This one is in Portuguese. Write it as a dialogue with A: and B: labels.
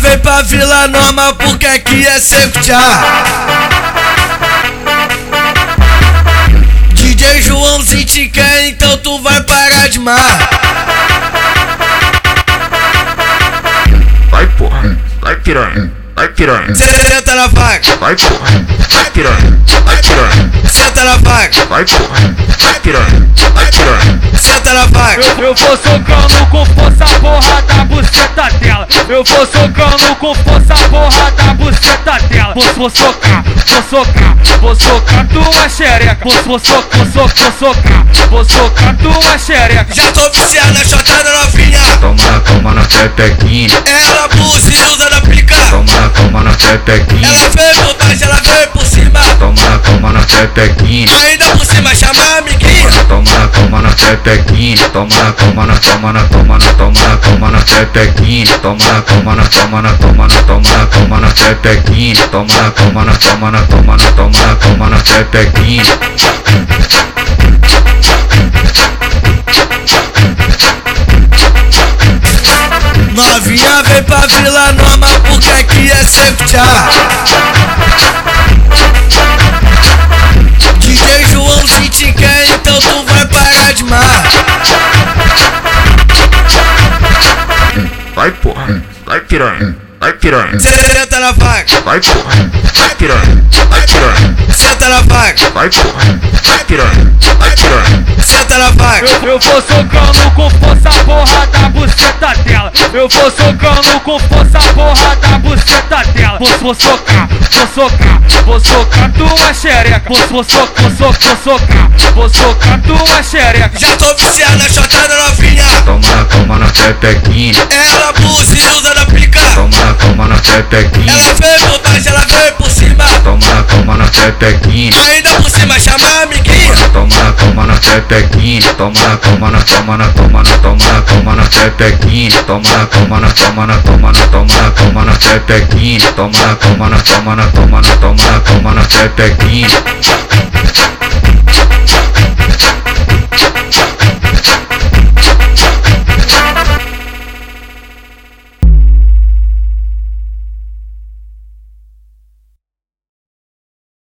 A: vem pra Vila Norma porque aqui é seco DJ Joãozinho te quer, então tu vai parar de mar.
B: Vai porra, vai piranha, vai piranha,
A: Senta na vaca,
B: vai porra, vai piranha, vai piranha,
A: senta na vaca,
B: vai porra, vai piranha, vai piranha.
A: senta na vaca.
C: Eu vou socando com força a porra da buceta dela. Eu vou socando com força a porra da buceta dela. Vou, vou socar, vou socar, vou socar tua xereca. Vou, vou, so, vou, so, vou socar, vou socar tua xereca.
A: Já tô viciado na chotada novinha.
D: Toma, toma na pepequinha,
A: Ela buziluda na pica.
D: toma, toma na pepequinha,
A: Ela vem por baixo, ela vem por cima.
D: toma, toma na pepequinha,
A: Ainda por cima chama a amiguinha.
D: toma, toma na pepequinha, toma, toma na, toma na, toma na, toma, toma na pepequinha, toma, toma na, toma na, toma na, toma, toma na pepequinha, toma, toma na, toma na, toma na, toma, toma na pepequinha.
A: Novinha vem pra Vila Norma porque aqui é seco DJ Joãozinho te quer, então tu vai parar de mar.
B: Vai porra, vai piranha, vai piranha,
A: Senta na vaca,
B: vai porra, vai piranha, vai piranha,
A: senta na vaca,
B: vai porra, vai piranha, vai piranha.
A: senta na vaca.
C: Eu vou socando com força a porra da buceta dela. Eu vou socando com força a porra da buceta dela. Vou, vou socar, vou socar, vou socar tua xereca. Vou, vou, so, vou, so, vou socar, vou socar tua xereca.
A: Já tô viciado na chotada novinha.
D: Toma, toma na pepequinha,
A: Ela buziluda na pica.
D: toma, toma na pepequinha,
A: Ela vem por baixo, ela vem por cima.
D: toma, toma na pepequinha.
A: Ainda por cima chama a amiguinha.
D: Toma, toma na pepequinha, toma, toma na, toma na, toma na, toma, toma na pepequinha, toma, toma na, toma na, toma na, toma, toma na pepequinha, toma, toma na, toma na, toma na, toma, toma na pepequinha.